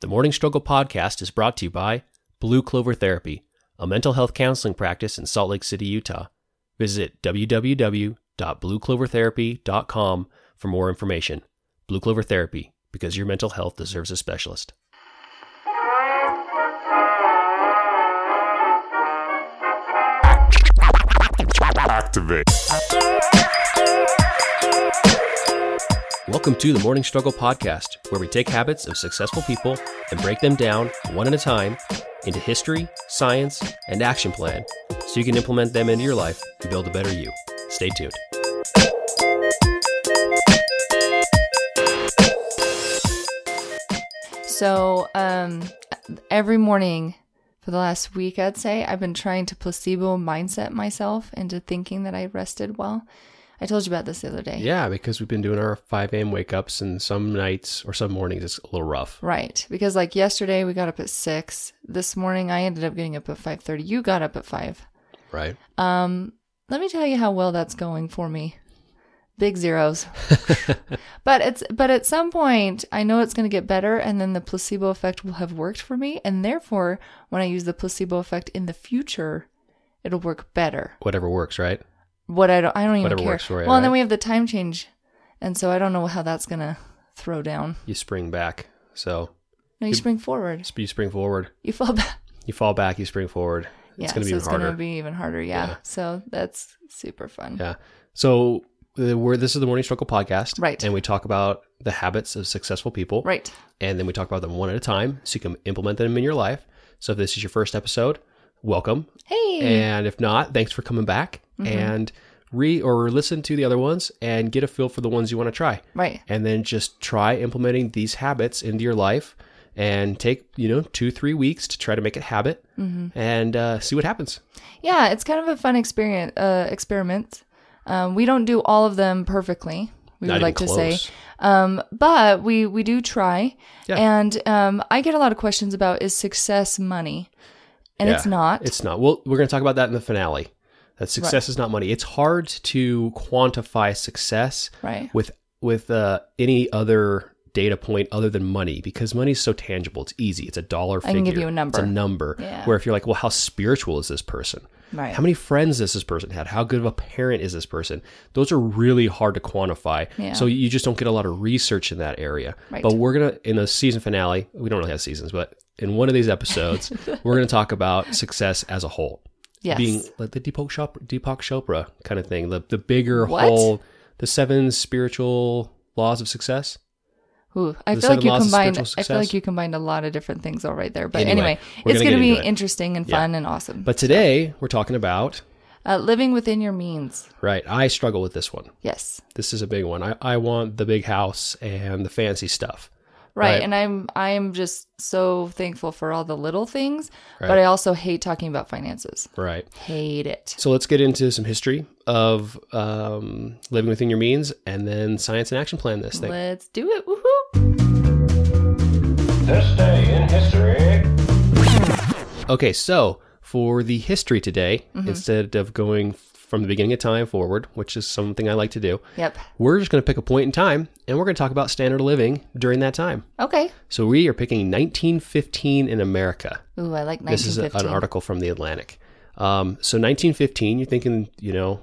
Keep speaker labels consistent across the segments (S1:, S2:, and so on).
S1: The Morning Struggle podcast is brought to you by Blue Clover Therapy, a mental health counseling practice in Salt Lake City, Utah. Visit www.blueclovertherapy.com for more information. Blue Clover Therapy, because your mental health deserves a specialist.
S2: Activate.
S1: Welcome to the Morning Struggle podcast, where we take habits of successful people and break them down one at a time into history, science, and action plan so you can implement them into your life and build a better you. Stay tuned.
S3: So, um, every morning for the last week, I'd say, I've been trying to placebo mindset myself into thinking that I rested well. I told you about this the other day.
S1: Yeah, because we've been doing our 5 a.m. wake ups, and some nights or some mornings it's a little rough.
S3: Right. Because like yesterday we got up at six. This morning I ended up getting up at five thirty. You got up at five.
S1: Right.
S3: Um, let me tell you how well that's going for me. Big zeros. but it's but at some point I know it's going to get better and then the placebo effect will have worked for me and therefore when I use the placebo effect in the future it'll work better.
S1: Whatever works, right?
S3: What I don't I don't even
S1: Whatever
S3: care.
S1: works for you,
S3: well, and then
S1: right?
S3: we have the time change. And so I don't know how that's going to throw down.
S1: You spring back. So
S3: No, you spring forward.
S1: you spring forward,
S3: You fall back.
S1: you fall back, you spring forward.
S3: Yeah,
S1: it's going to be
S3: so
S1: even
S3: it's
S1: harder.
S3: gonna be even harder. Yeah.
S1: Yeah.
S3: So that's super fun.
S1: Yeah. So uh, we're this is the Morning Struggle podcast,
S3: Right.
S1: And we talk about the habits of successful people,
S3: Right.
S1: And then we talk about them one at a time, so you can implement them in your life. So if this is your first episode, welcome,
S3: Hey.
S1: and if not, thanks for coming back
S3: Mm-hmm.
S1: and re or listen to the other ones and get a feel for the ones you want to try,
S3: right.
S1: and then just try implementing these habits into your life. And take you know two three weeks to try to make it habit,
S3: Mm-hmm.
S1: and uh, see what happens.
S3: Yeah, it's kind of a fun experience. Uh, experiment. Um, we don't do all of them perfectly. We would
S1: even
S3: like to say.
S1: close.
S3: Um, but we we do try.
S1: Yeah.
S3: And um, I get a lot of questions about is success money, and it's
S1: Yeah,
S3: not.
S1: It's not. Well, we're going to talk about that in the finale. That success is not money. It's hard to quantify success
S3: right.
S1: with with uh, any other data point other than money because money is so tangible. It's easy. It's a dollar
S3: I
S1: figure.
S3: can give you a
S1: It's
S3: number.
S1: a number.
S3: Yeah.
S1: Where if you're like, well, how spiritual is this person?
S3: Right.
S1: How many friends does this person had? How good of a parent is this person? Those are really hard to quantify.
S3: Yeah.
S1: So you just don't get a lot of research in that area.
S3: Right.
S1: But we're gonna in the season finale. We don't really have seasons, but in one of these episodes, we're gonna talk about success as a whole,
S3: yes.
S1: being like the Deepak Chopra, Deepak Chopra kind of thing. The the bigger
S3: What?
S1: whole, the seven spiritual laws of success.
S3: Ooh, I
S1: The
S3: feel like
S1: seven
S3: you
S1: laws of
S3: combined.
S1: spiritual
S3: I feel like
S1: success.
S3: you combined a lot of different things all right there. But
S1: Anyway,
S3: anyway,
S1: we're
S3: it's
S1: gonna
S3: going
S1: get
S3: to be
S1: into it.
S3: interesting and
S1: Yeah.
S3: fun and awesome.
S1: But today we're talking about
S3: Uh, living within your means.
S1: right. I struggle with this one.
S3: Yes.
S1: This is a big one. I, I want the big house and the fancy stuff.
S3: Right.
S1: Right.
S3: And I'm I'm just so thankful for all the little things,
S1: Right.
S3: but I also hate talking about finances.
S1: Right.
S3: Hate it.
S1: So let's get into some history of um, living within your means and then science and action plan this thing.
S3: Let's do it. Woohoo.
S4: This day in history.
S1: Okay, so for the history today, instead of going from the beginning of time forward, which is something I like to do,
S3: Yep.
S1: we're just going to pick a point in time and we're going to talk about standard of living during that time.
S3: Okay.
S1: So we are picking 1915 in America.
S3: Ooh, I like 1915.
S1: This is a- an article from The Atlantic. Um, so 1915, you're thinking, you know,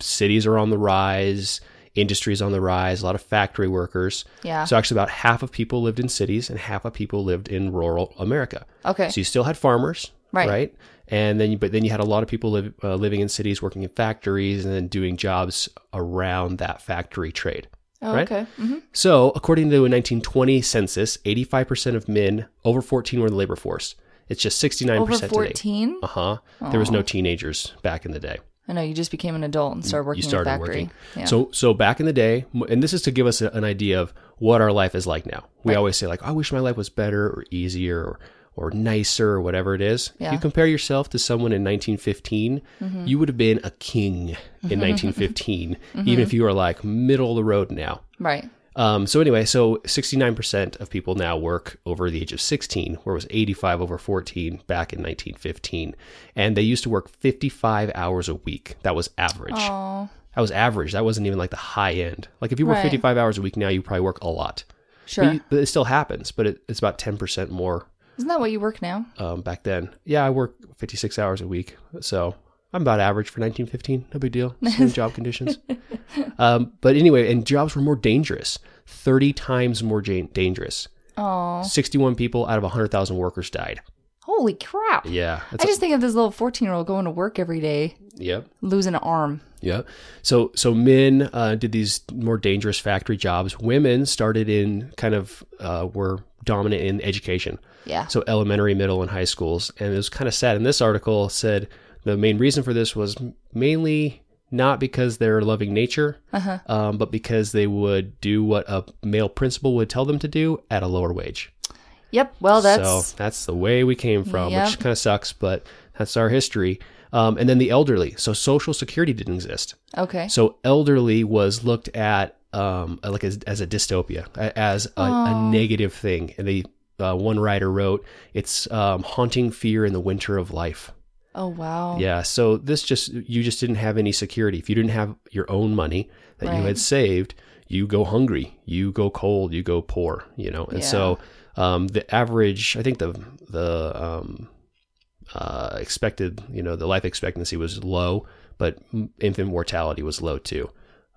S1: cities are on the rise, industries on the rise, a lot of factory workers.
S3: Yeah.
S1: So actually, about half of people lived in cities and half of people lived in rural America.
S3: okay.
S1: So you still had farmers, right?
S3: Right.
S1: And then, you, but then you had a lot of people live, uh, living in cities, working in factories, and then doing jobs around that factory trade.
S3: Oh,
S1: right?
S3: Okay. hmm
S1: So, according to a 1920 census, 85% of men over 14 were in the labor force. It's just 69%
S3: Over
S1: today.
S3: 14?
S1: Uh huh. There was no teenagers back in the day.
S3: I know you just became an adult and started working
S1: you started
S3: in a factory.
S1: working.
S3: Yeah.
S1: So, so back in the day, m- and this is to give us a- an idea of what our life is like now. We always say like, "I wish my life was better or easier or." Or nicer, or whatever it is. If
S3: Yeah. Mm-hmm.
S1: you compare yourself to someone in 1915, you would have been a king in 1915, even if you were like middle of the road now.
S3: right.
S1: Um, so anyway, so 69% of people now work over the age of 16, where it was 85 over 14 back in 1915. And they used to work 55 hours a week. That was average.
S3: Oh,
S1: That was average. That wasn't even like the high end. Like if you work
S3: Right.
S1: 55 hours a week now, you probably work a lot.
S3: Sure.
S1: But, you- but it still happens, but it, it's about 10% more
S3: Isn't that what you work now?
S1: um, back then. Yeah, I work 56 hours a week. So I'm about average for 1915. No big deal. Same job conditions. Um, but anyway, and jobs were more dangerous 30 times more jan- dangerous.
S3: Oh,
S1: 61 people out of 100,000 workers died.
S3: holy crap.
S1: Yeah. That's
S3: I just think of this little 14 year old going to work every day,
S1: yep.
S3: losing an arm.
S1: Yeah. So so men uh, did these more dangerous factory jobs. Women started in kind of uh, were dominant in education.
S3: Yeah.
S1: So elementary, middle, and high schools. And it was kind of sad. And this article said the main reason for this was mainly not because they're loving nature, um, but because they would do what a male principal would tell them to do at a lower wage.
S3: Yep. Well, Oh, that's
S1: So that's the way we came from,
S3: Yep.
S1: which kind of sucks, but that's our history. Um, and then the elderly. So social security didn't exist.
S3: okay.
S1: So elderly was looked at um, like as, as a dystopia, a- as a, a negative thing. And the uh, one writer wrote, "It's um, haunting fear in the winter of life."
S3: Oh, wow.
S1: Yeah. So this just you just didn't have any security. If you didn't have your own money that you
S3: Right.
S1: had saved, you go hungry, you go cold, you go poor. You know. And so um, the average, I think the the um, uh, expected, you know, the life expectancy was low, but m- infant mortality was low too.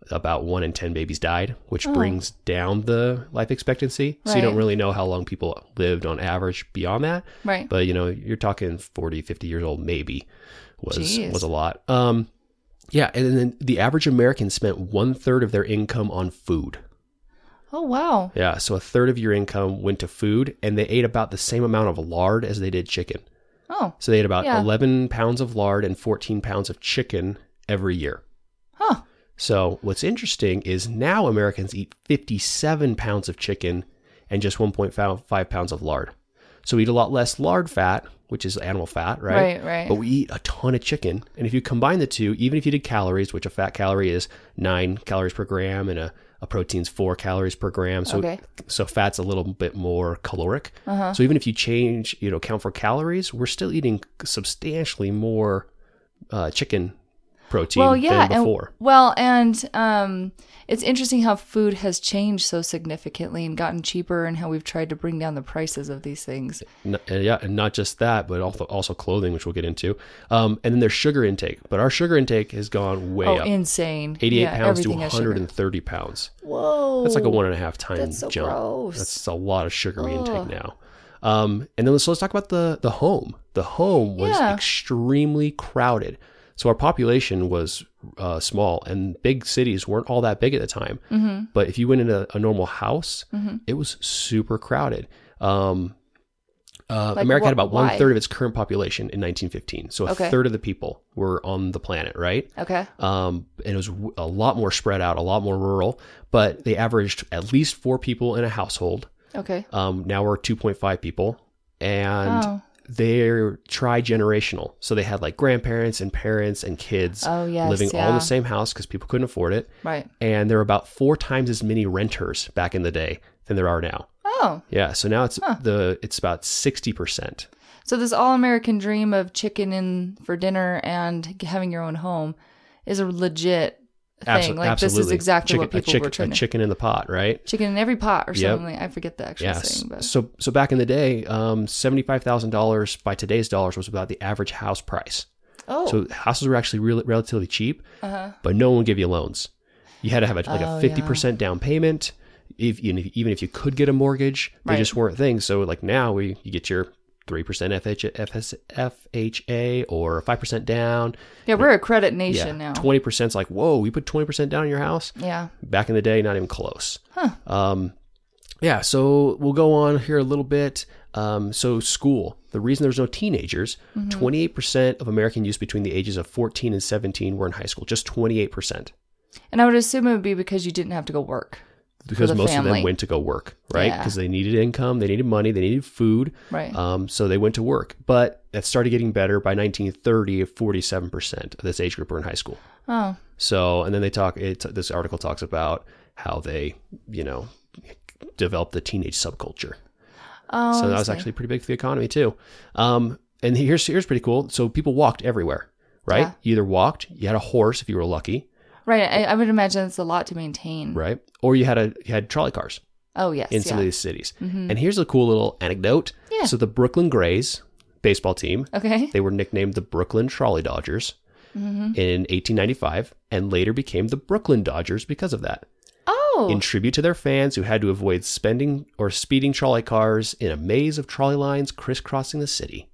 S1: About one in ten babies died, which brings down the life expectancy. So you don't
S3: Oh. Right.
S1: really know how long people lived on average beyond that
S3: Right.
S1: but you know you're talking 40 50 years old maybe was
S3: Jeez.
S1: was a lot um yeah and then the average american spent one third of their income on food
S3: oh, wow.
S1: yeah so a third of your income went to food and they ate about the same amount of lard as they did chicken
S3: Oh,
S1: so they ate about
S3: Yeah.
S1: 11 pounds of lard and 14 pounds of chicken every year
S3: huh.
S1: so what's interesting is now americans eat 57 pounds of chicken and just 1.5 pounds of lard so we eat a lot less lard fat which is animal fat right
S3: Right. Right.
S1: but we eat a ton of chicken. And if you combine the two, even if you did calories, which a fat calorie is nine calories per gram and a, a protein's four calories per gram. So
S3: Okay. Uh-huh.
S1: so fat's a little bit more caloric. So even if you change, you know, count for calories, we're still eating substantially more uh, chicken protein
S3: well, Oh, yeah.
S1: than
S3: and-
S1: before.
S3: well, and um, it's interesting how food has changed so significantly and gotten cheaper, and how we've tried to bring down the prices of these things.
S1: N- and yeah, and not just that, but also also clothing, which we'll get into. Um, and then their sugar intake. But our sugar intake has gone way
S3: oh,
S1: up.
S3: insane!
S1: 88
S3: Yeah,
S1: pounds to
S3: everything has sugar.
S1: 130 pounds.
S3: Whoa.
S1: That's like a one and a half time
S3: Oh, that's so
S1: jump.
S3: gross.
S1: That's a lot of sugar we intake
S3: Ugh.
S1: now. Um, and then let's, let's talk about the the home. The home was
S3: Yeah.
S1: extremely crowded, so our population was uh, small, and big cities weren't all that big at the time.
S3: Mm-hmm.
S1: But if you went into a normal house, it was super crowded. Um, uh,
S3: Like
S1: America had
S3: what-
S1: about
S3: why?
S1: one third of its current population in 1915, so a
S3: Okay.
S1: third of the people were on the planet, right?
S3: Okay.
S1: um, and it was w- a lot more spread out, a lot more rural. But they averaged at least four people in a household.
S3: Okay. Oh,
S1: Um, now we're two point five people, and
S3: Wow.
S1: they're tri-generational. So they had like grandparents and parents and kids
S3: Oh, yes,
S1: living all in
S3: yeah.
S1: the same house because people couldn't afford it.
S3: Right.
S1: And there were about four times as many renters back in the day than there are now.
S3: Oh,
S1: Yeah, so now it's the it's about sixty percent.
S3: so this all-American dream of chicken in for dinner and having your own home is a legit thing.
S1: Abso-
S3: like this is exactly what
S1: Chicken- a
S3: people
S1: chick-
S3: were trying
S1: a
S3: to
S1: chicken in the pot, right?
S3: chicken in every pot or
S1: Yep.
S3: something. like- I forget the actual saying, but
S1: So so back in the day, um, seventy five thousand dollars by today's dollars was about the average house price.
S3: oh,
S1: So houses were actually really relatively cheap, but no one would give you loans. You had to have a, like
S3: Uh-huh. Oh,
S1: a
S3: yeah.
S1: fifty percent down payment. If even if, even if you could get a mortgage, they
S3: Right.
S1: just weren't things. So like now we you get your three percent FH, FS, FHA or five percent down.
S3: yeah, we're a credit nation now.
S1: twenty percent's like whoa. We put twenty percent down on your house
S3: yeah.
S1: back in the day, not even close. Um, yeah, so we'll go on here a little bit. Um, so school. The reason there's no teenagers,
S3: Mm-hmm.
S1: 28% of American youth between the ages of 14 and 17 were in high school. Just 28%.
S3: And I would assume it would be because you didn't have to go work.
S1: Because
S3: the
S1: most of them
S3: family.
S1: went to go work, right?
S3: Yeah.
S1: Because they needed income, they needed money, they needed food.
S3: Right.
S1: Um, so they went to work. But that started getting better by 1930, 47% of this age group were in high school.
S3: oh,
S1: So, and then they talk. It, this article talks about how they, you know, developed the teenage subculture.
S3: oh.
S1: so that
S3: I
S1: was
S3: see.
S1: actually pretty big for the economy too. Um, and here's here's pretty cool. So people walked everywhere, right?
S3: Yeah.
S1: You either walked, you had a horse if you were lucky,
S3: right. I, I would imagine it's a lot to maintain.
S1: right, or you had a you had trolley cars.
S3: Oh yes.
S1: in some of
S3: yeah. Mm-hmm.
S1: these cities. And here's a cool little anecdote.
S3: Yeah.
S1: So the Brooklyn Grays baseball team,
S3: Okay.
S1: they were nicknamed the Brooklyn Trolley Dodgers in 1895 and later became the Brooklyn Dodgers because of that.
S3: Oh.
S1: In tribute to their fans who had to avoid spending or speeding trolley cars in a maze of trolley lines crisscrossing the city.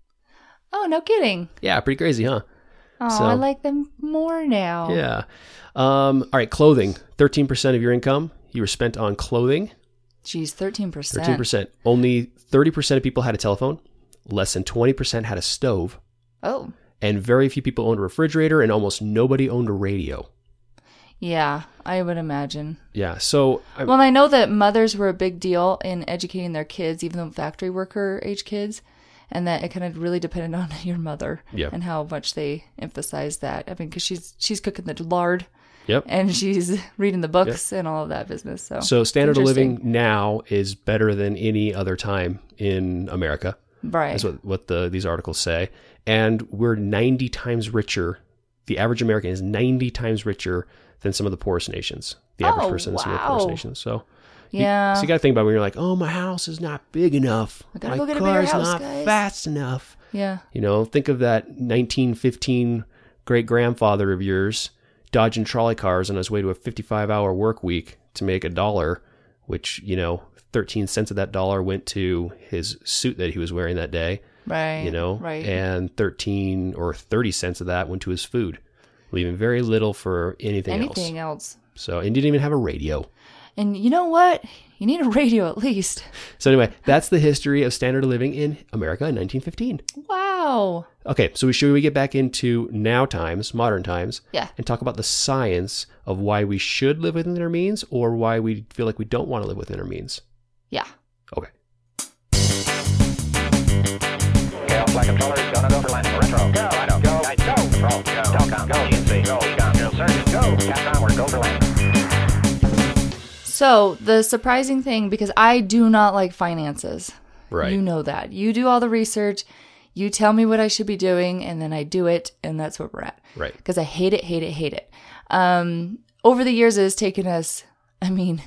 S3: oh, no kidding.
S1: Yeah, pretty crazy, huh?
S3: Oh,
S1: So-
S3: I like them more now.
S1: Yeah. Um, all right, clothing. 13% of your income you were spent on clothing.
S3: Geez, thirteen percent.
S1: 13%. Only 30% of people had a telephone. Less than 20% had a stove.
S3: Oh,
S1: And very few people owned a refrigerator, and almost nobody owned a radio.
S3: yeah. I would imagine.
S1: Yeah. So, I-
S3: Well, and I know that mothers were a big deal in educating their kids, even though factory worker age kids, and that it kind of really depended on your mother
S1: Yeah.
S3: and how much they emphasized that. I mean, because she's she's cooking the lard
S1: yep.
S3: and she's reading the books and all of that business. So
S1: So, standard of
S3: Interesting.
S1: living now is better than any other time in America.
S3: right,
S1: That's what, what the these articles say. And we're 90 times richer. The average American is 90 times richer than some of the poorest nations. The average
S3: Oh,
S1: person in some of the poorest
S3: wow.
S1: nations. So, you-
S3: yeah.
S1: so you got to think about when you're like, oh, my house is not big enough.
S3: I gotta
S1: my
S3: go get a bigger
S1: car's
S3: house,
S1: not
S3: guys."
S1: fast enough.
S3: yeah.
S1: You know, think of that 1915 great grandfather of yours dodging trolley cars on his way to a 55 hour work week to make a dollar, which, you know, 13 cents of that dollar went to his suit that he was wearing that day
S3: Right.
S1: you know
S3: Right.
S1: and 13 or 30 cents of that went to his food leaving very little for anything, else
S3: Anything else.
S1: so and didn't even have a radio
S3: And you know what? You need a radio at least.
S1: so anyway that's the history of standard of living in america in 1915
S3: Wow.
S1: okay so we should we get back into now times modern times
S3: Yeah.
S1: and talk about the science of why we should live within our means or why we feel like we don't want to live within our means
S3: Yeah.
S1: okay
S5: Girls like a dollar's gonna go for lunch. Retro. Go. I don't go. I go. Troll. Go. Telcom. Go. GNC. Go. Ecom. Go. Surgeon. Go. Capcom. We're go for lunch.
S3: So the surprising thing, because I do not like finances.
S1: right
S3: You know that. You do all the research. You tell me what I should be doing, and then I do it, and that's where we're at.
S1: right
S3: Because I hate it, hate it, hate it. Um, over the years, it has taken us, I mean,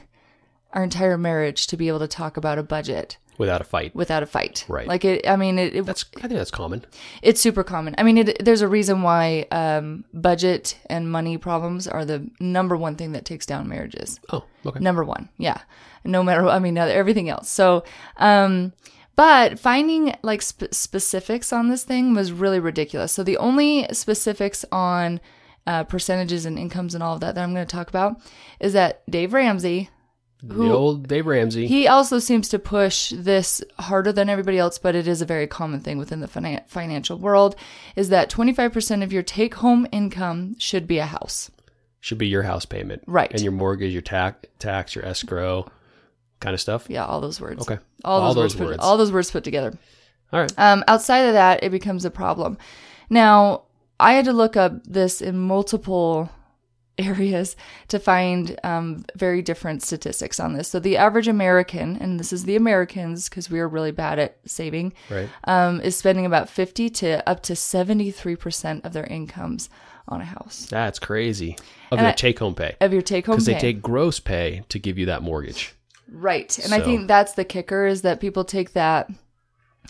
S3: our entire marriage to be able to talk about a budget
S1: without a fight
S3: without a fight.
S1: Right.
S3: Like it. I mean, it, it
S1: that's i think that's common
S3: it's super common. I mean, it, there's a reason why um, budget and money problems are the number one thing that takes down marriages.
S1: oh okay
S3: Number one, yeah. No matter, I mean, everything else. So, um, but finding like sp- specifics on this thing was really ridiculous. So the only specifics on uh, percentages and incomes and all of that that I'm going to talk about is that Dave Ramsey,
S1: the old dave ramsey
S3: he also seems to push this harder than everybody else, but it is a very common thing within the finan- financial world is that 25% of your take home income should be a house.
S1: should be your house payment,
S3: Right.
S1: And your mortgage, your tax, tax, your escrow, kind of stuff.
S3: Yeah, all those words.
S1: Okay.
S3: All,
S1: All
S3: those,
S1: those
S3: words,
S1: words.
S3: Put, all those words put together.
S1: All right.
S3: Um, outside of that, it becomes a problem. Now, I had to look up this in multiple areas to find um, very different statistics on this. So, the average American, and this is the Americans because we are really bad at saving,
S1: Right.
S3: um, is spending about 50 to up to 73% of their incomes on a house.
S1: That's crazy. Of
S3: And
S1: your
S3: I-
S1: take home pay.
S3: Of your take home
S1: Because
S3: pay.
S1: they take gross pay to give you that mortgage.
S3: Right. And I
S1: So-
S3: think that's the kicker is that people take that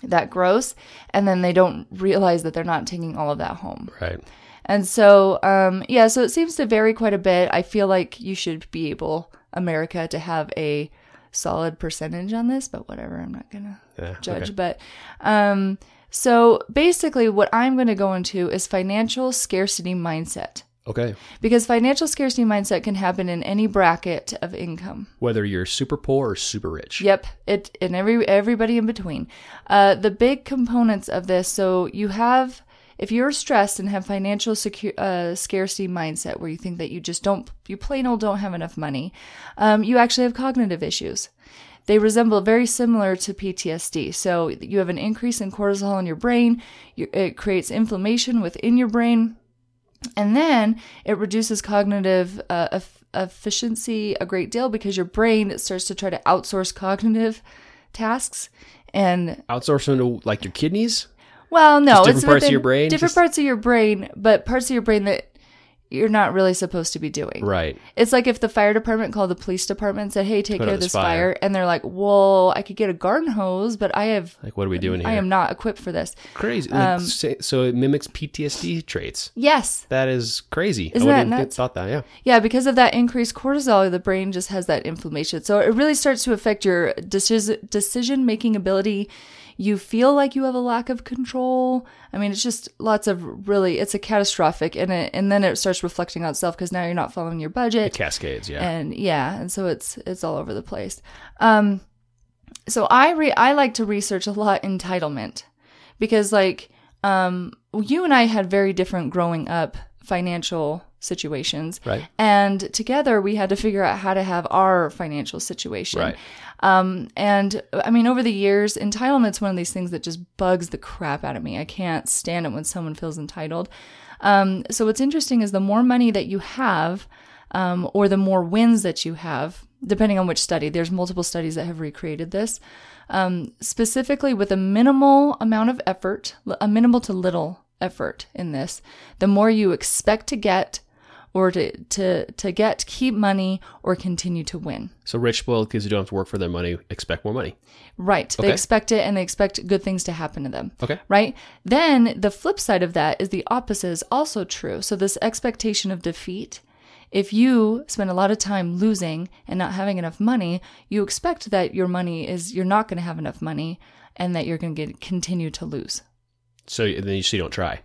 S3: that gross and then they don't realize that they're not taking all of that home.
S1: Right.
S3: And so um yeah, so it seems to vary quite a bit. I feel like you should be able America to have a solid percentage on this, but whatever, I'm not going to
S1: Yeah.
S3: judge,
S1: okay.
S3: but um so basically what I'm going to go into is financial scarcity mindset
S1: Okay.
S3: because financial scarcity mindset can happen in any bracket of income.
S1: Whether you're super poor or super rich.
S3: Yep, it and every everybody in between. Uh, the big components of this. So you have, if you're stressed and have financial secu- uh, scarcity mindset, where you think that you just don't, you plain old don't have enough money, um, you actually have cognitive issues. They resemble very similar to PTSD. So you have an increase in cortisol in your brain. You, it creates inflammation within your brain. And then it reduces cognitive uh, eff- efficiency a great deal because your brain starts to try to outsource cognitive tasks. And
S1: Outsourcing to like your kidneys.
S3: well, no,
S1: Just different
S3: it's
S1: parts of
S3: within
S1: your brain?
S3: different
S1: Just-
S3: parts of your brain, but parts of your brain that you're not really supposed to be doing.
S1: Right.
S3: It's like if the fire department called the police department and said, "Hey, take
S1: Put
S3: care
S1: out
S3: of
S1: this
S3: this
S1: fire."
S3: fire," and they're like, "Whoa, I could get a garden hose, but I have
S1: Like, what are we doing here?
S3: I am not equipped for this."
S1: crazy. Like,
S3: Um,
S1: say- so it mimics PTSD traits.
S3: Yes,
S1: That is crazy.
S3: Isn't
S1: I
S3: that
S1: wouldn't have
S3: nuts?
S1: thought that. Yeah.
S3: Yeah, because of that increased cortisol, the brain just has that inflammation. So it really starts to affect your decis- decision making ability. You feel like you have a lack of control. I mean, it's just lots of really, it's a catastrophic, and it, and then it starts reflecting on itself because now you're not following your budget
S1: Cascades. Yeah.
S3: and yeah and so it's it's all over the place um so i re i like to research a lot entitlement because like um you and i had very different growing up financial situations
S1: Right.
S3: and together we had to figure out how to have our financial situation
S1: Right.
S3: um, and I mean, over the years, entitlement's one of these things that just bugs the crap out of me. I can't stand it when someone feels entitled. Um, so what's interesting is the more money that you have, um, or the more wins that you have, depending on which study. There's multiple studies that have recreated this. Um, specifically, with a minimal amount of effort, li- a minimal to little effort in this, the more you expect to get, or to to to get, keep money, or continue to win.
S1: So rich spoiled kids who don't have to work for their money expect more money.
S3: Right.
S1: Okay.
S3: They expect it and they expect good things to happen to them.
S1: Okay.
S3: Right? Then the flip side of that is the opposite is also true. So this expectation of defeat, if you spend a lot of time losing and not having enough money, you expect that your money is you're not going to have enough money and that you're going to get continue to lose.
S1: So then you just you don't try.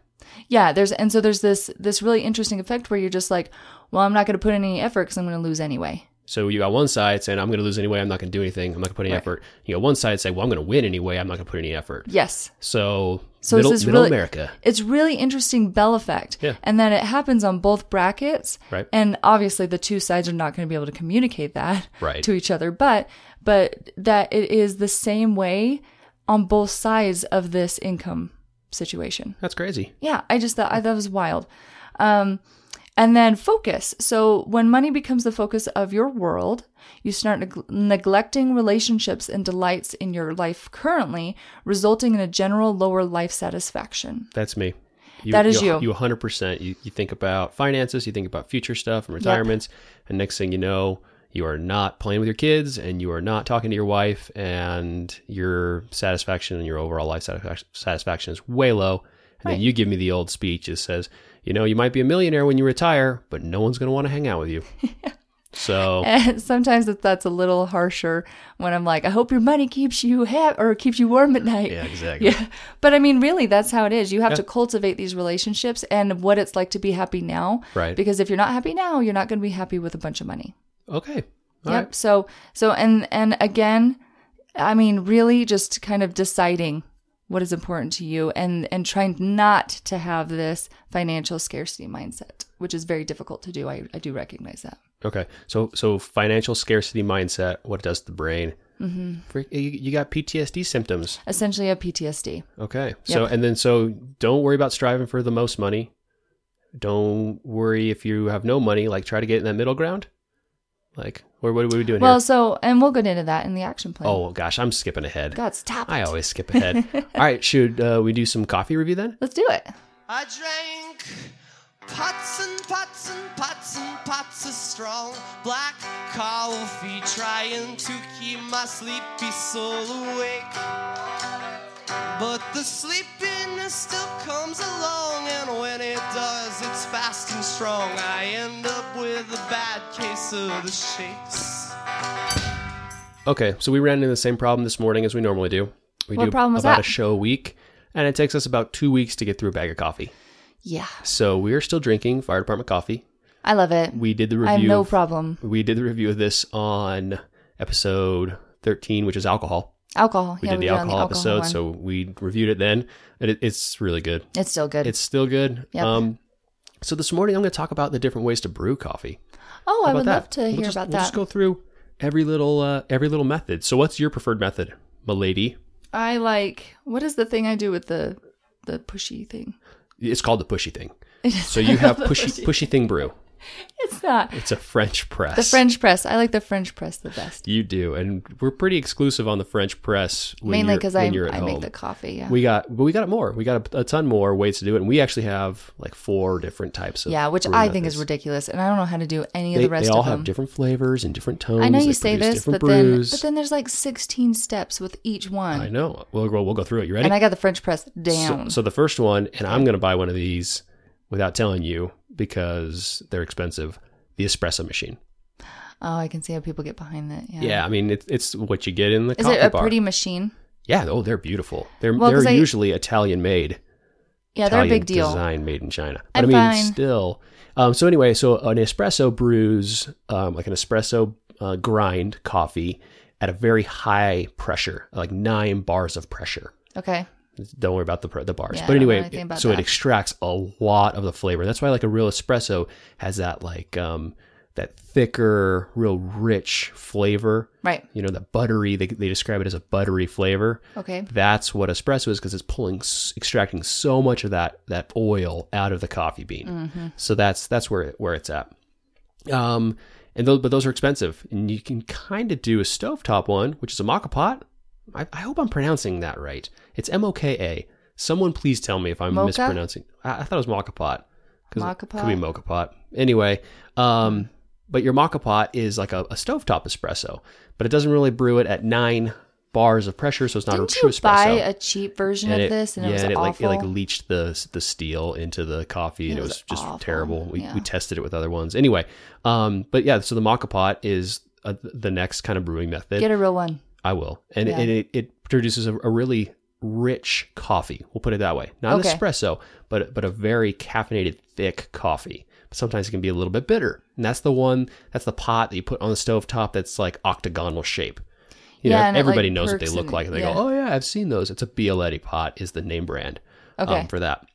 S3: Yeah, there's and so there's this this really interesting effect where you're just like, well, I'm not going to put in any effort cuz I'm going to lose anyway.
S1: So you got one side saying, I'm going to lose anyway. I'm not going to do anything. I'm not going to put any
S3: Right.
S1: effort. You got one side saying, well, I'm going to win anyway. I'm not going to put any effort.
S3: Yes.
S1: So,
S3: So
S1: middle,
S3: this is
S1: middle
S3: really-
S1: America.
S3: it's really interesting bell effect
S1: Yeah.
S3: and then it happens on both brackets
S1: Right.
S3: and obviously the two sides are not going to be able to communicate that
S1: Right.
S3: to each other but but that it is the same way on both sides of this income situation
S1: That's crazy.
S3: yeah i just thought I, that was wild um and then focus so when money becomes the focus of your world you start neg- neglecting relationships and delights in your life currently resulting in a general lower life satisfaction
S1: That's me. You,
S3: That is
S1: you.
S3: you.
S1: 100%. You, you think about finances, you think about future stuff and retirements. And next thing you know, you are not playing with your kids and you are not talking to your wife, and your satisfaction and your overall life satisfac- satisfaction is way low. And then
S3: Right.
S1: you give me the old speech that says, you know, you might be a millionaire when you retire, but no one's going to want to hang out with you. so,
S3: And sometimes it- that's a little harsher when I'm like, I hope your money keeps you happy or keeps you warm at night.
S1: yeah, exactly.
S3: Yeah. But I mean, really, that's how it is. You have to cultivate these relationships and what it's like to be happy now.
S1: Right.
S3: Because if you're not happy now, you're not going to be happy with a bunch of money.
S1: Okay. All
S3: yep.
S1: right.
S3: So, so, and, and again, I mean, really just kind of deciding what is important to you and, and trying not to have this financial scarcity mindset, which is very difficult to do. I, I do recognize that.
S1: Okay. So so financial scarcity mindset, what it does to the brain? Mm-hmm. Freak, you, you got PTSD symptoms.
S3: Essentially a PTSD.
S1: Okay. So and then so don't worry about striving for the most money. Don't worry if you have no money. Like try to get in that middle ground. Like or what are we doing
S3: Well,
S1: here?
S3: so and we'll get into that in the action plan.
S1: Oh gosh, I'm skipping ahead.
S3: God, stop!
S1: I
S3: it.
S1: always skip ahead. All right, should uh, we do some coffee review then?
S3: Let's do it.
S6: I drank pots and pots and pots and pots of strong black coffee, trying to keep my sleepy soul awake. But the sleepiness still comes along, and when it does, it's fast and strong. I end up with a bad case of the shakes.
S1: Okay, so we ran into the same problem this morning as we normally do. We
S3: What
S1: do
S3: problem was
S1: about
S3: that?
S1: a show a week, and it takes us about two weeks to get through a bag of coffee.
S3: Yeah,
S1: So we are still drinking fire department coffee.
S3: I love it.
S1: We did the review.
S3: I have no
S1: of-
S3: problem.
S1: We did the review of this on episode thirteen, which is alcohol.
S3: Alcohol.
S1: We
S3: yeah,
S1: did
S3: we
S1: the
S3: did on
S1: alcohol, episode,
S3: one.
S1: so we reviewed it then, and it, it's really good.
S3: it's still good.
S1: It's still good.
S3: Yep.
S1: Um, so this morning I'm going to talk about the different ways to brew coffee.
S3: oh, I
S1: How about
S3: would
S1: that?
S3: love to
S1: We'll
S3: hear
S1: just-
S3: about
S1: we'll
S3: that.
S1: Just go through every little uh, every little method. So what's your preferred method, milady?
S3: I like. What is the thing I do with the the pushy thing?
S1: It's called the pushy thing. So you have pushy pushy thing brew.
S3: It's not.
S1: It's a French press.
S3: The French press. I like the French press the best.
S1: You do, and we're pretty exclusive on the French press. When
S3: Mainly
S1: you're-
S3: because I,
S1: when you're at
S3: I make
S1: home.
S3: the coffee. Yeah.
S1: We got, but we got more. We got a, a ton more ways to do it, and we actually have like four different types of.
S3: yeah, which I
S1: burritos.
S3: think is ridiculous. And I don't know how to do any
S1: They,
S3: of the rest
S1: they all
S3: of them.
S1: have different flavors and different tones.
S3: I know
S1: They
S3: you say
S1: produce
S3: this,
S1: different
S3: but then,
S1: brews.
S3: but then there's like 16 steps with each one.
S1: I know. We'll, we'll, we'll go through it. You ready?
S3: And I got the French press
S1: so,
S3: down.
S1: so the first one, and I'm going to buy one of these without telling you because they're expensive. The espresso machine.
S3: oh, I can see how people get behind that. Yeah.
S1: Yeah, I mean it's it's what you get in the
S3: Is
S1: coffee
S3: it a
S1: bar.
S3: pretty machine?
S1: Yeah, oh, they're beautiful. They're
S3: Well, 'cause
S1: they're
S3: I-
S1: usually Italian made.
S3: Yeah, they're a
S1: Italian
S3: big deal.
S1: Design made in China. But i
S3: I'm
S1: mean,
S3: fine.
S1: still. Um, so anyway, so an espresso brews um, like an espresso uh, grind coffee at a very high pressure, like nine bars of pressure.
S3: Okay.
S1: Don't worry about the pr- the bars.
S3: Yeah, I
S1: but
S3: don't know
S1: anyway,
S3: anything about
S1: so it
S3: that.
S1: extracts a lot of the flavor. That's why like a real espresso has that like um, that thicker, real rich flavor.
S3: Right.
S1: You know, that buttery. They they describe it as a buttery flavor
S3: Okay.
S1: that's what espresso is because it's pulling s- extracting so much of that that oil out of the coffee bean
S3: Mm-hmm.
S1: so that's that's where it, where it's at um and those but those are expensive and you can kind of do a stovetop one which is a moka pot I, I hope i'm pronouncing that right it's m-o-k-a someone please tell me if i'm
S3: Mocha?
S1: mispronouncing I, I thought it was moka pot 'cause it
S3: Moka
S1: could be
S3: pot?
S1: moka pot anyway um but your moka pot is like a, a stovetop espresso but it doesn't really brew it at nine bars of pressure so it's not
S3: Didn't
S1: a true
S3: you
S1: espresso
S3: buy a cheap version of
S1: it-
S3: this? And
S1: yeah,
S3: it was
S1: and it
S3: awful.
S1: like it like leached the the steel into the coffee, and
S3: It
S1: it was,
S3: was
S1: just
S3: awful,
S1: terrible. We,
S3: yeah.
S1: we tested it with other ones anyway. Um, but yeah, so the maca pot is uh, the next kind of brewing method.
S3: Get a real one.
S1: I will, and,
S3: Yeah.
S1: and it, it produces a, a really rich coffee. We'll put it that way, not
S3: Okay.
S1: an espresso, but but a very caffeinated, thick coffee. But sometimes it can be a little bit bitter, and that's the one. That's the pot that you put on the stove top. That's like octagonal shape. You
S3: Yeah, and
S1: know,
S3: it, like,
S1: everybody knows what they
S3: perks
S1: look
S3: and-
S1: like, and they
S3: yeah.
S1: go, "Oh yeah, I've seen those." It's a Bialetti pot is the name brand
S3: Okay.
S1: um, for that.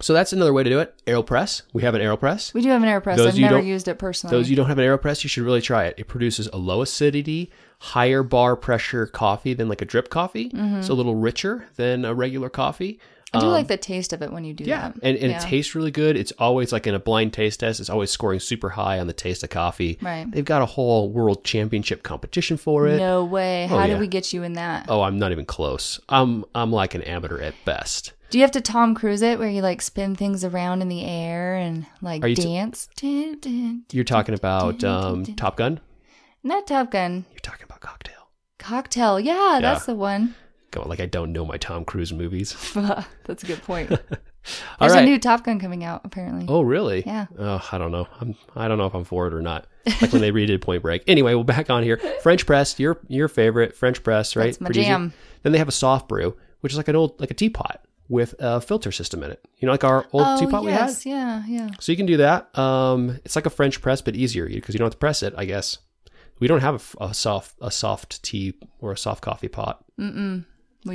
S1: So that's another way to do it. Aeropress. We have an Aeropress.
S3: We do have an AirPress.
S1: Those
S3: I've
S1: you
S3: never
S1: don't-
S3: used it personally.
S1: Those you don't have an AeroPress, you should really try it. It produces a low acidity, higher bar pressure coffee than like a drip coffee.
S3: Mm-hmm.
S1: It's a little richer than a regular coffee.
S3: I do like the taste of it when you do
S1: um, Yeah,
S3: that.
S1: and, and
S3: Yeah.
S1: it tastes really good. It's always like in a blind taste test. It's always scoring super high on the taste of coffee.
S3: Right.
S1: They've got a whole world championship competition for it. Oh,
S3: No way. How
S1: yeah.
S3: did we get you in that?
S1: Oh, I'm not even close. I'm I'm like an amateur at best.
S3: Do you have to Tom Cruise it where you like spin things around in the air and like
S1: Are you t-
S3: dance? Dun, dun.
S1: You're talking about um, Top Gun.
S3: Not Top Gun.
S1: You're talking about Cocktail.
S3: Cocktail. Yeah, that's the one.
S1: Go like I don't know my Tom Cruise movies.
S3: that's a good point. There's
S1: All
S3: a
S1: right.
S3: new Top Gun coming out apparently.
S1: Oh, really?
S3: Yeah.
S1: Oh, I don't know. I'm I don't know if I'm for it or not. Like when they redid Point Break. Anyway, we're back on here. French press, your your favorite French press, right?
S3: That's my
S1: easy.
S3: jam.
S1: Then they have a soft brew, which is like an old like a teapot with a filter system in it. You know, like our old
S3: Oh,
S1: teapot we had.
S3: yes, yeah, yeah.
S1: So you can do that. Um, it's like a French press, but easier because you don't have to press it. I guess we don't have a f- a, soft a soft tea or a soft coffee pot.
S3: We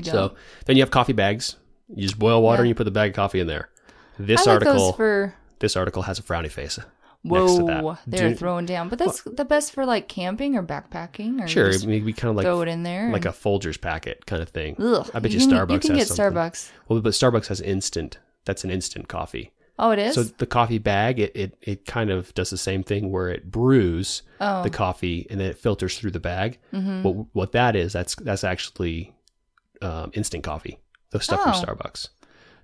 S3: don't.
S1: So then you have coffee bags. You just boil water
S3: Yeah.
S1: and you put the bag of coffee in there. This
S3: I like
S1: article
S3: those for
S1: this article has a frowny face.
S3: whoa.
S1: next to that.
S3: They're
S1: Do-
S3: throwing down, but that's the best for like camping or backpacking or
S1: Sure,
S3: just
S1: it may be kind of like
S3: throw it in there.
S1: like a
S3: and-
S1: Folgers packet kind of thing.
S3: Ugh,
S1: I bet you,
S3: can,
S1: Starbucks
S3: You can
S1: has
S3: get
S1: something.
S3: Starbucks.
S1: Well, but Starbucks has instant. That's an instant coffee.
S3: Oh, it is.
S1: So the coffee bag, it, it it kind of does the same thing where it brews
S3: Oh.
S1: the coffee and then it filters through the bag.
S3: Mm-hmm.
S1: What what that is, that's that's actually um, instant coffee. The stuff
S3: Oh.
S1: from Starbucks.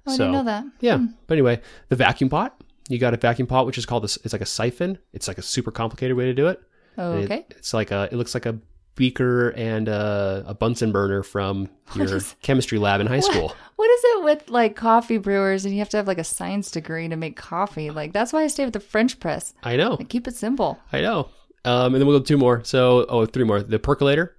S3: Oh, I
S1: so-
S3: didn't know that.
S1: Yeah. But anyway, the vacuum pot. You got a vacuum pot, which is called this. It's like a siphon. It's like a super complicated way to do it. And it-
S3: Oh, Okay.
S1: it's like a. It looks like a beaker and a, a Bunsen burner from your
S3: is-
S1: chemistry lab in high school.
S3: What is it with like coffee brewers and you have to have like a science degree to make coffee? Like that's why I stay with the French press.
S1: I know.
S3: Like, keep it simple.
S1: I know. Um, and then we'll go two more. So, oh, three more. The percolator,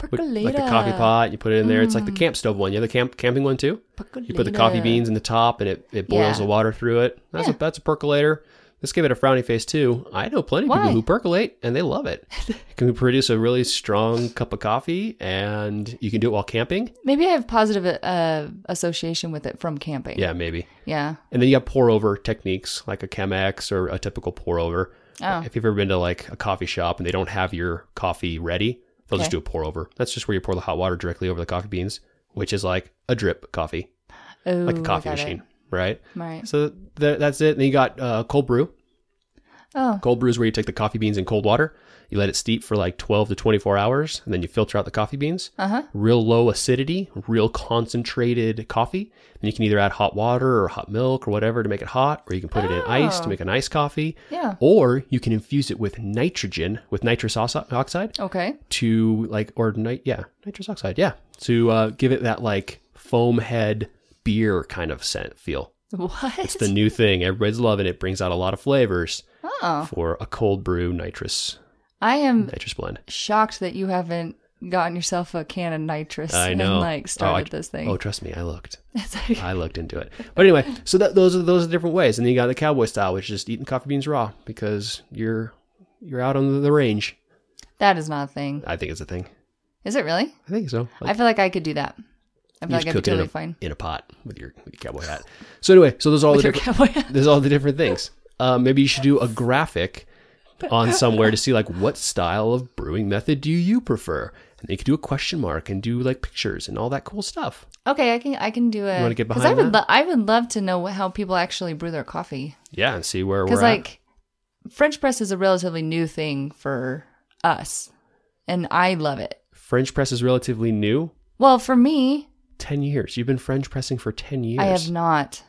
S1: which-
S3: Percolator. Mm.
S1: like the coffee pot. You put it in there. It's like the camp stove one. You have the camp camping one too.
S3: Percolator.
S1: You put the coffee beans in the top, and it, it boils
S3: Yeah.
S1: the water through it. That's a that's a percolator. Let's give it a frowny face too. I know plenty of
S3: Why?
S1: people who percolate, and they love it. it can produce a really strong cup of coffee, and you can do it while camping.
S3: Maybe I have positive uh, association with it from camping.
S1: Yeah, maybe.
S3: Yeah.
S1: And then you got pour over techniques like a Chemex or a typical pour over.
S3: Oh.
S1: If you've ever been to like a coffee shop and they don't have your coffee ready, they'll just
S3: Okay.
S1: do a pour over. That's just where you pour the hot water directly over the coffee beans, which is like a drip coffee,
S3: Oh,
S1: like a
S3: I
S1: coffee
S3: got it.
S1: machine, right?
S3: Right.
S1: So th- that's it. And then you got uh, cold brew.
S3: Oh.
S1: Cold brew is where you take the coffee beans in cold water. You let it steep for like 12 to 24 hours, and then you filter out the coffee beans. Uh-huh. Real low acidity, real concentrated coffee. And you can either add hot water or hot milk or whatever to make it hot, or you can put it in ice to make an iced coffee.
S3: Oh. Yeah.
S1: Or you can infuse it with nitrogen, with nitrous oxi- oxide,
S3: Okay.
S1: to like, or night, yeah, nitrous oxide, yeah, to uh, give it that like foam head beer kind of scent feel.
S3: What?
S1: It's the new thing. Everybody's loving it. Brings out a lot of flavors
S3: oh.
S1: for a cold brew nitrous
S3: I am
S1: nitrous blend.
S3: shocked that you haven't gotten yourself a can of nitrous
S1: I know.
S3: and like started
S1: oh, I-
S3: this thing.
S1: Oh, trust me, I looked.
S3: It's like-
S1: I looked into it. But anyway, so that those are those are different ways. And then you got the cowboy style, which is just eating coffee beans raw because you're you're out on the range.
S3: that is not a thing.
S1: I think it's a thing.
S3: Is it really?
S1: I think so.
S3: I feel like I could do that. I feel
S1: you
S3: like
S1: just
S3: I'd be
S1: cook it in
S3: totally
S1: a-
S3: fine.
S1: in a pot with your, with your cowboy hat. So anyway, so those are all the
S3: Your
S1: different,
S3: cowboy hat.
S1: there's all the different things. Uh, maybe you should do a graphic on somewhere to see like what style of brewing method do you prefer, and you could do a question mark and do like pictures and all that cool stuff.
S3: Okay, I can I can do it.
S1: wanna get
S3: I
S1: behind
S3: would
S1: that?
S3: lo- I would love to know how people actually brew their coffee
S1: Yeah, and see where we're
S3: because
S1: at.
S3: like French press is a relatively new thing for us, and I love it.
S1: French press is relatively new.
S3: Well, for me,
S1: Ten years. You've been French pressing for ten years.
S3: I have not.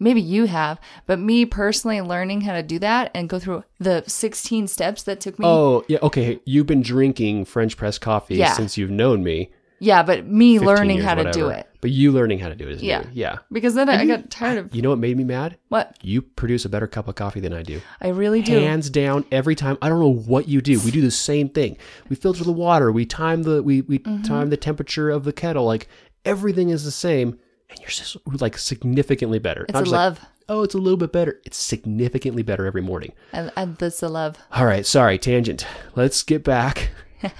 S3: Maybe you have, but me personally learning how to do that and go through the 16 steps that took me.
S1: Oh yeah, okay. You've been drinking French press coffee
S3: Yeah.
S1: since you've known me.
S3: yeah, but me
S1: 15
S3: learning
S1: years,
S3: how to do
S1: whatever.
S3: it
S1: but you learning how to do it is
S3: Yeah.
S1: new. Yeah.
S3: because then I, I got tired of
S1: You know what made me mad?
S3: what
S1: You produce a better cup of coffee than I do.
S3: I really do.
S1: hands down every time. I don't know what you do. We do the same thing. We filter the water. We time the we we
S3: Mm-hmm.
S1: time the temperature of the kettle. Like everything is the same, and you're just like significantly better.
S3: It's
S1: Not
S3: a
S1: just like,
S3: love.
S1: oh, it's a little bit better. It's significantly better every morning.
S3: I, I, that's a love.
S1: All right, sorry tangent. Let's get back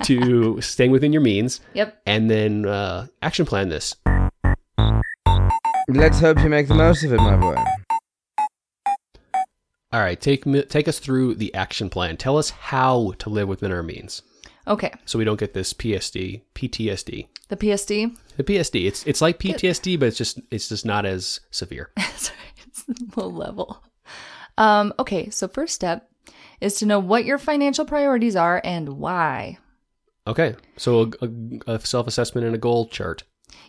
S1: to staying within your means,
S3: Yep.
S1: and then uh, action plan this.
S7: Let's hope you make the most of it, my boy.
S1: All right, take me- take us through the action plan. Tell us how to live within our means,
S3: Okay.
S1: so we don't get this PSD PTSD.
S3: The PSD.
S1: The PSD. It's it's like PTSD, but it's just it's just not as severe.
S3: Sorry, it's the low level. Um, okay, so first step is to know what your financial priorities are and why.
S1: Okay, so a, a, a self assessment and a goal chart.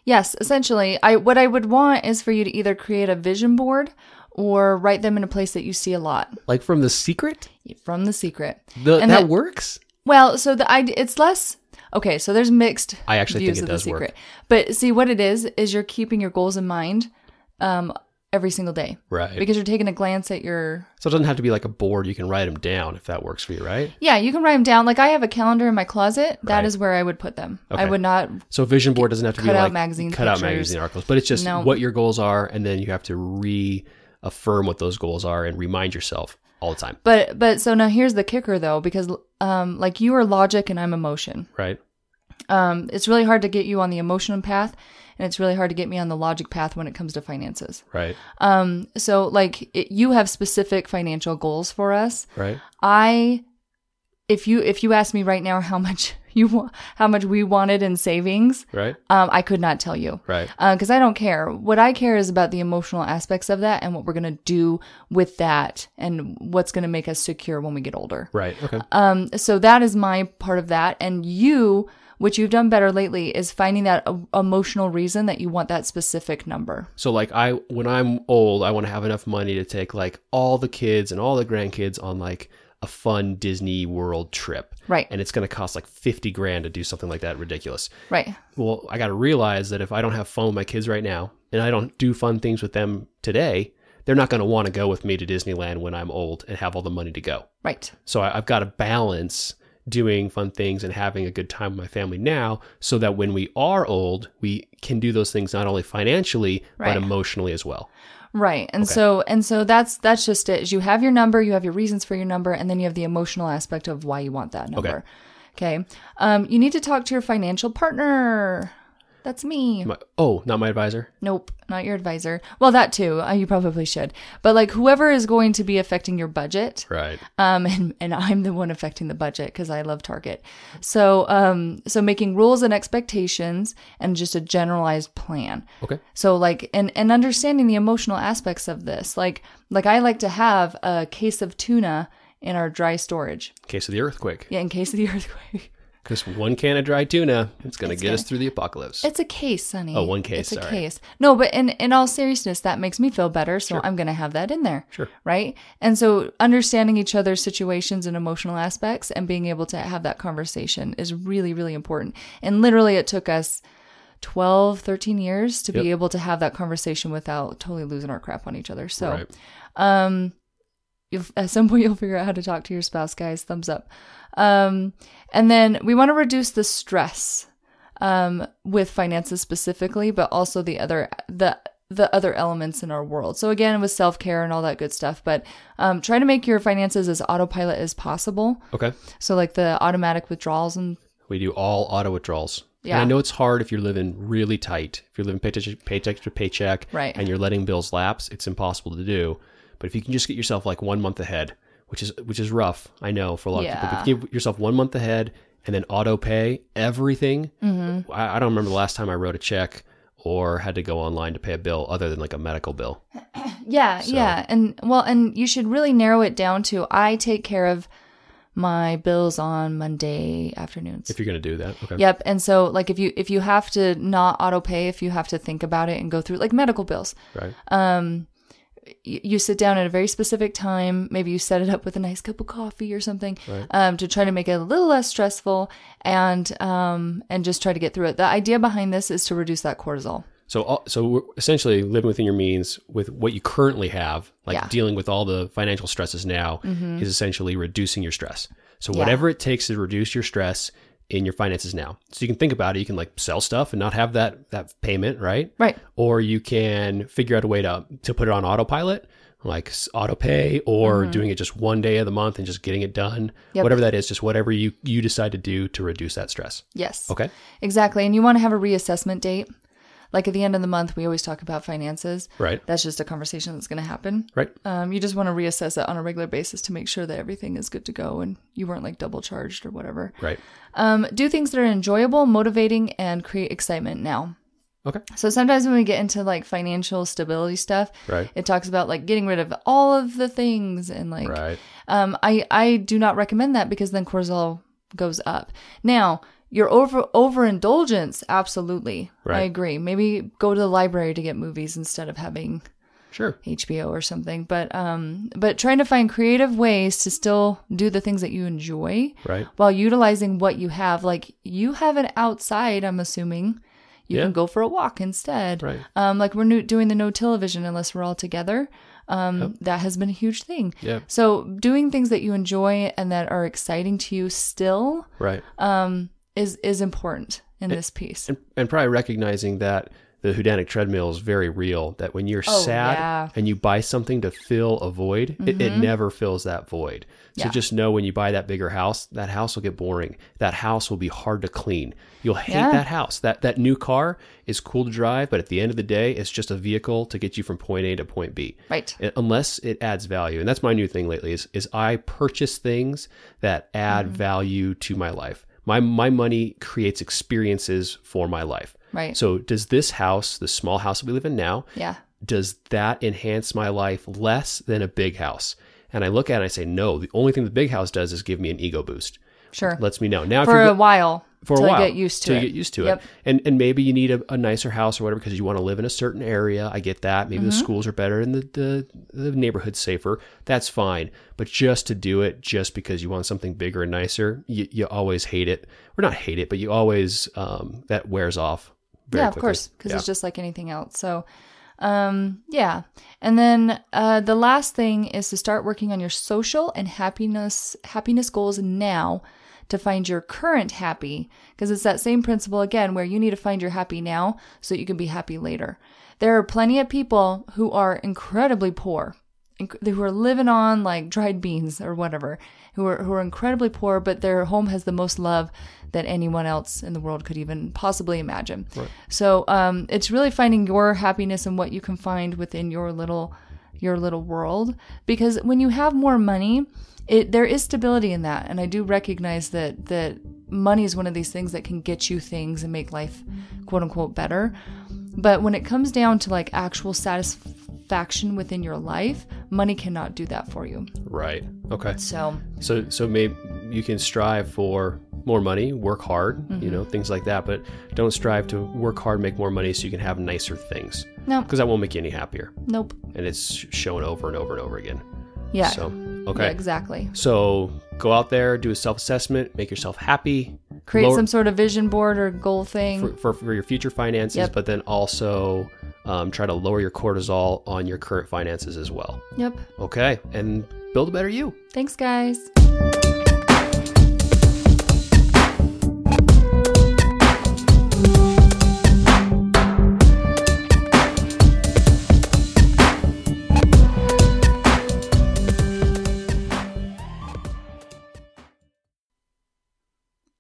S3: Yes, essentially, I what I would want is for you to either create a vision board or write them in a place that you see a lot
S1: Like from The Secret,
S3: from the secret.
S1: the, that,
S3: And that-
S1: works.
S3: Well, so the idea it's less okay. So there's mixed.
S1: I actually think
S3: views
S1: it
S3: of
S1: does
S3: the
S1: work.
S3: secret. But see, what it is is you're keeping your goals in mind um, every single day
S1: Right.
S3: because you're taking a glance at your
S1: so it doesn't have to be like a board. You can write them down if that works for you, right?
S3: Yeah, you can write them down. Like I have a calendar in my closet. That
S1: Right.
S3: is where I would put them. I
S1: Okay.
S3: would not.
S1: So vision board doesn't have to be
S3: Cut out
S1: like
S3: magazine
S1: cut out
S3: pictures.
S1: magazine articles, but it's just
S3: No.
S1: what your goals are, and then you have to reaffirm what those goals are and remind yourself all the time,
S3: But but so now here's the kicker though, because um like you are logic and I'm emotion.
S1: right?
S3: Um, it's really hard to get you on the emotion path, and it's really hard to get me on the logic path when it comes to finances.
S1: Right.
S3: Um, so like it, you have specific financial goals for us.
S1: Right.
S3: I if you if you asked me right now how much you want how much we wanted in savings,
S1: Right.
S3: um, I could not tell you.
S1: Right.
S3: because I don't care. What I care is about the emotional aspects of that and what we're going to do with that and what's going to make us secure when we get older.
S1: Right. Okay.
S3: Um, so that is my part of that. And you, what you've done better lately is finding that e- emotional reason that you want that specific number.
S1: So like I when I'm old, I want to have enough money to take like all the kids and all the grandkids on like a fun Disney World trip.
S3: Right.
S1: And it's going to cost like 50 grand to do something like that ridiculous.
S3: Right.
S1: Well, I got to realize that if I don't have fun with my kids right now and I don't do fun things with them today, they're not going to want to go with me to Disneyland when I'm old and have all the money to go.
S3: Right.
S1: So I, I've got to balance doing fun things and having a good time with my family now so that when we are old, we can do those things not only financially,
S3: Right.
S1: but emotionally as well.
S3: Right. And
S1: Okay.
S3: so and so that's that's just it. Is you have your number, you have your reasons for your number, and then you have the emotional aspect of why you want that number. Okay. Um, you need to talk to your financial partner. That's me.
S1: My, oh, not my advisor.
S3: Nope, not your advisor. Well, that too. Uh, you probably should. But like whoever is going to be affecting your budget,
S1: Right.
S3: um, and, and I'm the one affecting the budget because I love Target. So, um, so making rules and expectations and just a generalized plan.
S1: Okay.
S3: So like and and understanding the emotional aspects of this. Like like I like to have a case of tuna in our dry storage.
S1: Case of the earthquake.
S3: Yeah, in case of the earthquake.
S1: Because one can of dry tuna, it's going to
S3: It's
S1: get us
S3: gonna-
S1: through the apocalypse.
S3: It's a case, Sonny.
S1: Oh, one case,
S3: It's a
S1: sorry.
S3: case. No, but in in all seriousness, that makes me feel better. So I'm gonna have that in there.
S1: Sure.
S3: Right. And so understanding each other's situations and emotional aspects and being able to have that conversation is really, really important. And literally, it took us 12, 13 years to be
S1: Yep.
S3: able to have that conversation without totally losing our crap on each other. So
S1: Right.
S3: um, you'll, at some point, you'll figure out how to talk to your spouse, guys. Thumbs up. Um, and then we want to reduce the stress um, with finances specifically, but also the other the the other elements in our world. So again, with self care and all that good stuff, but um, try to make your finances as autopilot as possible.
S1: Okay.
S3: So like the automatic withdrawals and
S1: We do all auto withdrawals. And I
S3: Yeah.
S1: know it's hard if you're living really tight. If you're living paycheck, paycheck to paycheck
S3: Right.
S1: and you're letting bills lapse, it's impossible to do. But if you can just get yourself like one month ahead, which is which is rough, I know for a lot of people.
S3: Yeah.
S1: But if you give yourself one month ahead and then auto pay everything.
S3: Mm-hmm.
S1: I, I don't remember the last time I wrote a check or had to go online to pay a bill other than like a medical bill.
S3: Yeah,
S1: So-
S3: yeah. And well, and you should really narrow it down to I take care of my bills on Monday afternoons.
S1: If you're gonna do that. Okay.
S3: Yep. And so like if you if you have to not auto pay, if you have to think about it and go through like medical bills,
S1: Right.
S3: you, you sit down at a very specific time. Maybe you set it up with a nice cup of coffee or something um, to try to make it a little less stressful and um, and just try to get through it. The idea behind this is to reduce that cortisol.
S1: So, all- so we're essentially living within your means with what you currently have, like
S3: Yeah. Mm-hmm.
S1: dealing with all the financial stresses now, is essentially reducing your stress. So, whatever it takes to reduce your stress in your finances now. So you can think about it. You can like sell stuff and not have that that payment, right?
S3: Right.
S1: Or you can figure out a way to to put it on autopilot, like s- auto pay, or doing it just one day of the month and just getting it done.
S3: Mm-hmm. Yep.
S1: Whatever that is, just whatever you you decide to do to reduce that stress.
S3: Yes.
S1: Okay.
S3: Exactly. And you want to have a reassessment date. Like at the end of the month, we always talk about finances.
S1: Right.
S3: That's just a conversation that's going to happen.
S1: Right.
S3: Um, you just want to reassess it on a regular basis to make sure that everything is good to go and you weren't like double charged or whatever.
S1: Right.
S3: Um, do things that are enjoyable, motivating, and create excitement now.
S1: Okay.
S3: So sometimes when we get into like financial stability stuff,
S1: Right.
S3: it talks about like getting rid of all of the things and like
S1: Right.
S3: um, I I do not recommend that because then cortisol goes up. Now your over overindulgence, absolutely, I
S1: Right.
S3: agree. Maybe go to the library to get movies instead of having
S1: Sure.
S3: HBO or something. But um, but trying to find creative ways to still do the things that you enjoy,
S1: Right.
S3: While utilizing what you have, like you have an outside, I'm assuming. You
S1: Yeah.
S3: can go for a walk instead.
S1: Right.
S3: Um, like we're no- doing the no television unless we're all together. Um, That has been a huge thing.
S1: Yeah.
S3: So doing things that you enjoy and that are exciting to you still
S1: Right.
S3: is is important in this piece.
S1: and, and probably recognizing that the hedonic treadmill is very real that when you're
S3: Oh,
S1: sad
S3: yeah. Mm-hmm.
S1: and you buy something to fill a void it, it never fills that void so
S3: Yeah.
S1: just know when you buy that bigger house that house will get boring that house will be hard to clean you'll hate
S3: Yeah.
S1: that house that that new car is cool to drive but at the end of the day it's just a vehicle to get you from point a to point b
S3: Right.
S1: uh, unless it adds value and that's my new thing lately is, is i purchase things that add
S3: Mm.
S1: value to my life my, my money creates experiences for my life
S3: Right.
S1: so does this house the small house that we live in now
S3: Yeah.
S1: does that enhance my life less than a big house and i look at it and i say no the only thing the big house does is give me an ego boost
S3: Sure.
S1: lets me know now if
S3: for
S1: you're
S3: a
S1: go-
S3: while.
S1: for a
S3: till
S1: while
S3: I get used to
S1: till
S3: it.
S1: you get used to
S3: Yep.
S1: it and and maybe you need a, a nicer house or whatever because you want to live in a certain area i get that maybe the
S3: Mm-hmm.
S1: schools are better and the, the the neighborhood's safer that's fine but just to do it just because you want something bigger and nicer you, you always hate it or not hate it but you always um that wears off very
S3: yeah, of
S1: quickly.
S3: course, because
S1: yeah.
S3: it's just like anything else. So, um, yeah. And then uh, the last thing is to start working on your social and happiness happiness goals now to find your current happy because it's that same principle again where you need to find your happy now so that you can be happy later. There are plenty of people who are incredibly poor inc- who are living on like dried beans or whatever, who are who are incredibly poor, but their home has the most love that anyone else in the world could even possibly imagine. So um, it's really finding your happiness and what you can find within your little your little world because when you have more money it there is stability in that and i do recognize that that money is one of these things that can get you things and make life quote unquote better but when it comes down to like actual satisfaction within your life Money cannot do that for you.
S1: Right. Okay.
S3: So,
S1: So so maybe you can strive for more money, work hard, you
S3: Mm-hmm.
S1: know, things like that, but don't strive to work hard, make more money so you can have nicer things
S3: no,
S1: because that won't make you any happier.
S3: nope.
S1: And it's shown over and over and over again.
S3: Yeah.
S1: So, okay.
S3: Yeah, exactly.
S1: So go out there, do a self assessment, make yourself happy
S3: Create
S1: Lower-
S3: some sort of vision board or goal thing.
S1: for, for, for your future finances,
S3: Yep.
S1: but then also um, try to lower your cortisol on your current finances as well.
S3: yep.
S1: Okay. And build a better you.
S3: Thanks, guys.